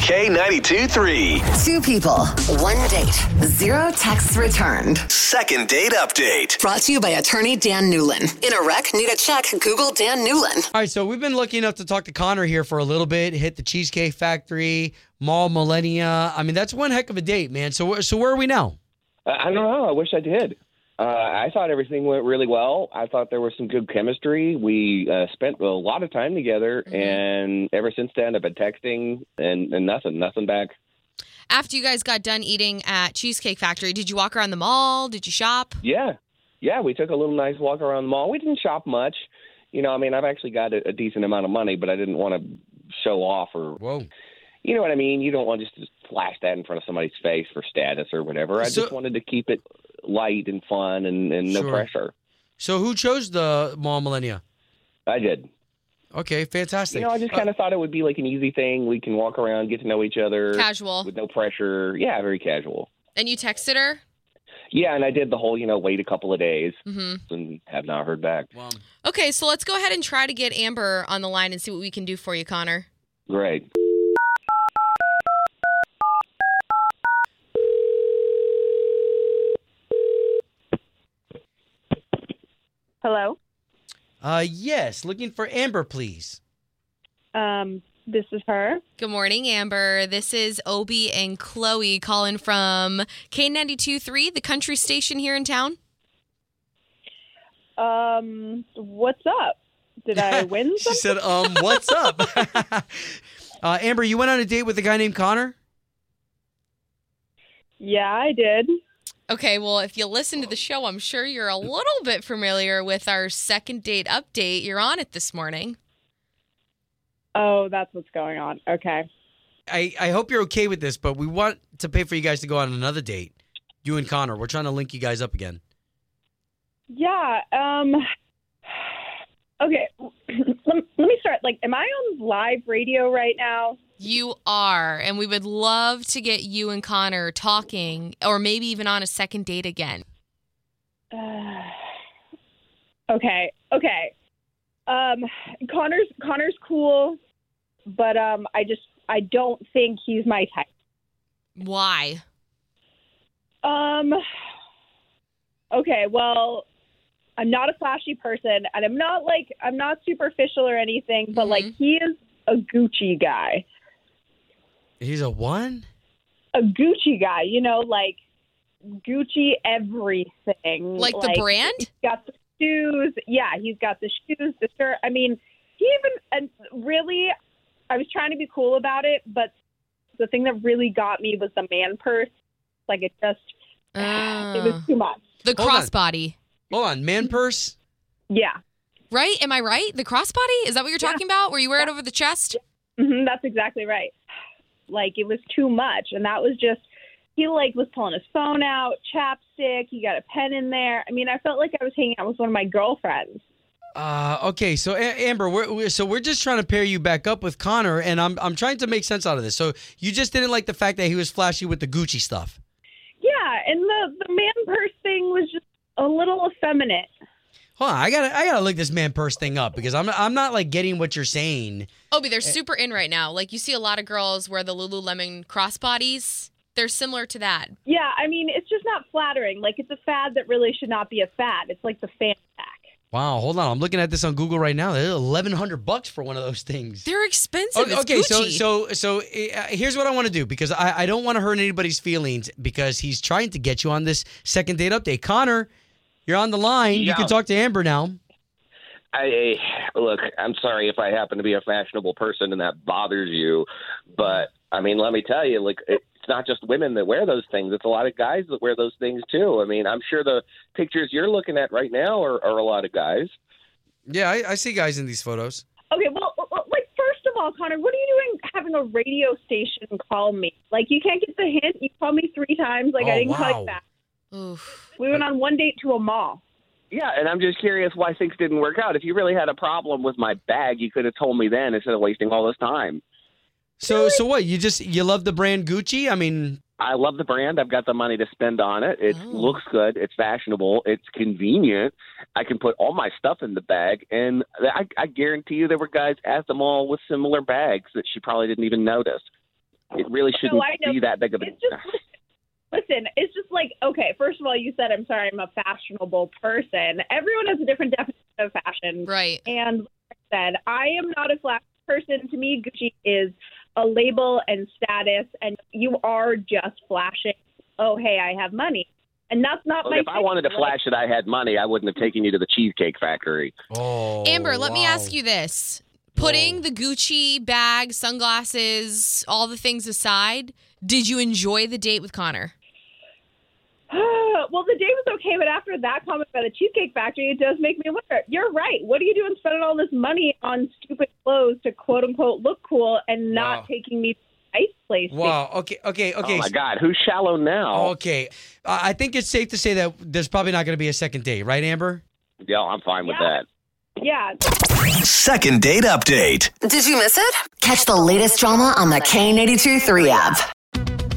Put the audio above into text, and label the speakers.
Speaker 1: K92 3.
Speaker 2: Two people, one date, zero texts returned.
Speaker 1: Second date update.
Speaker 2: Brought to you by attorney Dan Newlin. In a wreck, need a check, Google Dan Newlin.
Speaker 3: All right, so we've been lucky enough to talk to Connor here for a little bit. Hit the Cheesecake Factory, Mall Millennia. I mean, that's one heck of a date, man. So, wh- so where are we now?
Speaker 4: I I don't know. I wish I did. Uh, I thought everything went really well. I thought there was some good chemistry. We uh, spent a lot of time together,
Speaker 3: Mm-hmm.
Speaker 4: and ever since then, I've been texting and, and nothing, nothing back.
Speaker 5: After you guys got done eating at Cheesecake Factory, did you walk around the mall? Did you shop?
Speaker 4: Yeah, yeah. We took a little nice walk around the mall. We didn't shop much. You know, I mean, I've actually got a, a decent amount of money, but I didn't want to show off or
Speaker 3: Whoa.
Speaker 4: you know what I mean? You don't want to just flash that in front of somebody's face for status or whatever. I
Speaker 3: So-
Speaker 4: just wanted to keep it light and fun and, and no
Speaker 3: Sure.
Speaker 4: pressure.
Speaker 3: So who chose the Mall Millennia?
Speaker 4: I did.
Speaker 3: Okay, fantastic.
Speaker 4: You know, I just
Speaker 3: Uh,
Speaker 4: kind of thought it would be like an easy thing. We can walk around, get to know each other
Speaker 5: Casual.
Speaker 4: with no pressure. Yeah, very casual.
Speaker 5: And you texted her?
Speaker 4: Yeah, and I did the whole, you know, wait a couple of days
Speaker 5: hmm
Speaker 4: and have not heard back.
Speaker 3: well,
Speaker 5: Okay, so let's go ahead and try to get Amber on the line and see what we can do for you, Connor.
Speaker 4: Great.
Speaker 6: Hello.
Speaker 3: uh, yes, looking for Amber, please.
Speaker 6: Um, this is her.
Speaker 5: Good morning, Amber. This is Obi and Chloe calling from K92.3, the country station here in town.
Speaker 6: Um, what's up? Did I win
Speaker 3: She
Speaker 6: something?
Speaker 3: said, "Um, what's up?" uh, Amber, you went on a date with a guy named Connor.
Speaker 6: yeah, I did.
Speaker 5: Okay, well, if you listen to the show, I'm sure you're a little bit familiar with our second date update. You're on it this morning.
Speaker 6: Oh, that's what's going on. Okay.
Speaker 3: I, I hope you're okay with this, but we want to pay for you guys to go on another date. You and Connor. We're trying to link you guys up again.
Speaker 6: Yeah. Um. Okay. let, me- let me start. Like, am I on live radio right now?
Speaker 5: You are, and we would love to get you and Connor talking or maybe even on a second date again.
Speaker 6: Uh, okay. Okay. Um, Connor's Connor's cool, but um, I just I don't think he's my type.
Speaker 5: Why?
Speaker 6: Um. Okay. Well, I'm not a flashy person, and I'm not like I'm not superficial or anything, but like
Speaker 5: Mhm.
Speaker 6: he is a Gucci guy,
Speaker 3: He's a one?
Speaker 6: a Gucci guy. You know, like Gucci everything.
Speaker 5: Like, the brand?
Speaker 6: He's got the shoes. Yeah, he's got the shoes, the shirt. I mean, he even and really, I was trying to be cool about it, but the thing that really got me was the man purse. Like it just, it
Speaker 5: Ah.
Speaker 6: was too much.
Speaker 5: the
Speaker 3: Hold on.
Speaker 5: crossbody,
Speaker 3: Hold on, man purse?
Speaker 6: Yeah.
Speaker 5: right? Am I right? The crossbody? Is that what you're talking about? Where you wear it over the chest?
Speaker 6: hmm that's exactly right. Like it was too much, and that was just he like was pulling his phone out, chapstick. He got a pen in there. I mean, I felt like I was hanging out with one of my girlfriends.
Speaker 3: Uh, okay, so a- Amber, we're, we're, so we're just trying to pair you back up with Connor, and I'm I'm trying to make sense out of this. So you just didn't like the fact that he was flashy with the Gucci stuff.
Speaker 6: Yeah, and the the man purse thing was just a little effeminate.
Speaker 3: Hold on, I gotta I gotta look this man purse thing up because I'm I'm not like getting what you're saying.
Speaker 5: Obi, Oh,
Speaker 3: Eh.
Speaker 5: they're super in right now. Like, you see a lot of girls wear the Lululemon crossbodies. They're similar to that.
Speaker 6: Yeah, I mean, it's just not flattering. Like it's a fad that really should not be a fad. It's like the fan pack.
Speaker 3: Wow, hold on, I'm looking at this on Google right now. They're 1,100 bucks for one of those things.
Speaker 5: They're expensive. It's
Speaker 3: okay, so
Speaker 5: Gucci.
Speaker 3: so so uh, here's what I want to do because I, I don't want to hurt anybody's feelings because he's trying to get you on this second date update. Connor, you're on the line. You
Speaker 4: Yeah.
Speaker 3: can talk to Amber now.
Speaker 4: I look. I'm sorry if I happen to be a fashionable person and that bothers you, but I mean, let me tell you, like it's not just women that wear those things. It's a lot of guys that wear those things too. I mean, I'm sure the pictures you're looking at right now are, are a lot of guys.
Speaker 3: Yeah, I, I see guys in these photos.
Speaker 6: Okay, well, well, like first of call, Connor. What are you doing having a radio station call me? Like, you can't get the hint. You called me three times. Like,
Speaker 3: Oh,
Speaker 6: I didn't call
Speaker 3: wow.
Speaker 6: you back.
Speaker 5: Oof.
Speaker 6: We went on one date to a mall.
Speaker 4: Yeah, and I'm just curious why things didn't work out. If you really had a problem with my bag, you could have told me then instead of wasting all this time.
Speaker 3: So so what? You just you love the brand Gucci? I mean,
Speaker 4: I love the brand. I've got the money to spend on it. It
Speaker 5: Oh.
Speaker 4: looks good. It's fashionable. It's convenient. I can put all my stuff in the bag, and I, I guarantee you there were guys at the mall with similar bags that she probably didn't even notice. It really shouldn't
Speaker 6: Oh, I know.
Speaker 4: be that big of a.
Speaker 6: It's just, listen, it's just like, okay, first of all, you said, I'm sorry, I'm a fashionable person. Everyone has a different definition of fashion.
Speaker 5: Right.
Speaker 6: And like I said, I am not a flash person. To me, Gucci is a label and status, and you are just flashing. Oh, hey, I have money, and that's not
Speaker 4: Look,
Speaker 6: my.
Speaker 4: if I
Speaker 6: thing.
Speaker 4: wanted to
Speaker 6: Like,
Speaker 4: flash that I had money, I wouldn't have taken you to the Cheesecake Factory.
Speaker 3: oh
Speaker 5: Amber, let me
Speaker 3: wow.
Speaker 5: ask you this. Putting
Speaker 3: Whoa.
Speaker 5: the Gucci bag, sunglasses, all the things aside, did you enjoy the date with Connor?
Speaker 6: well, the day was okay, but after that comment about the Cheesecake Factory, it does make me wonder. You're right. What are you doing spending all this money on stupid clothes to quote unquote look cool and not
Speaker 3: Wow.
Speaker 6: taking me to the ice place?
Speaker 3: Wow. Okay. Okay. Okay.
Speaker 4: Oh my God, who's shallow now?
Speaker 3: Okay. I I think it's safe to say that there's probably not going to be a second date, right, Amber?
Speaker 4: Yeah, I'm fine with
Speaker 6: Yeah.
Speaker 4: that.
Speaker 6: Yeah,
Speaker 1: Second date update.
Speaker 2: Did you miss it? Catch the latest drama on the K82 3 app.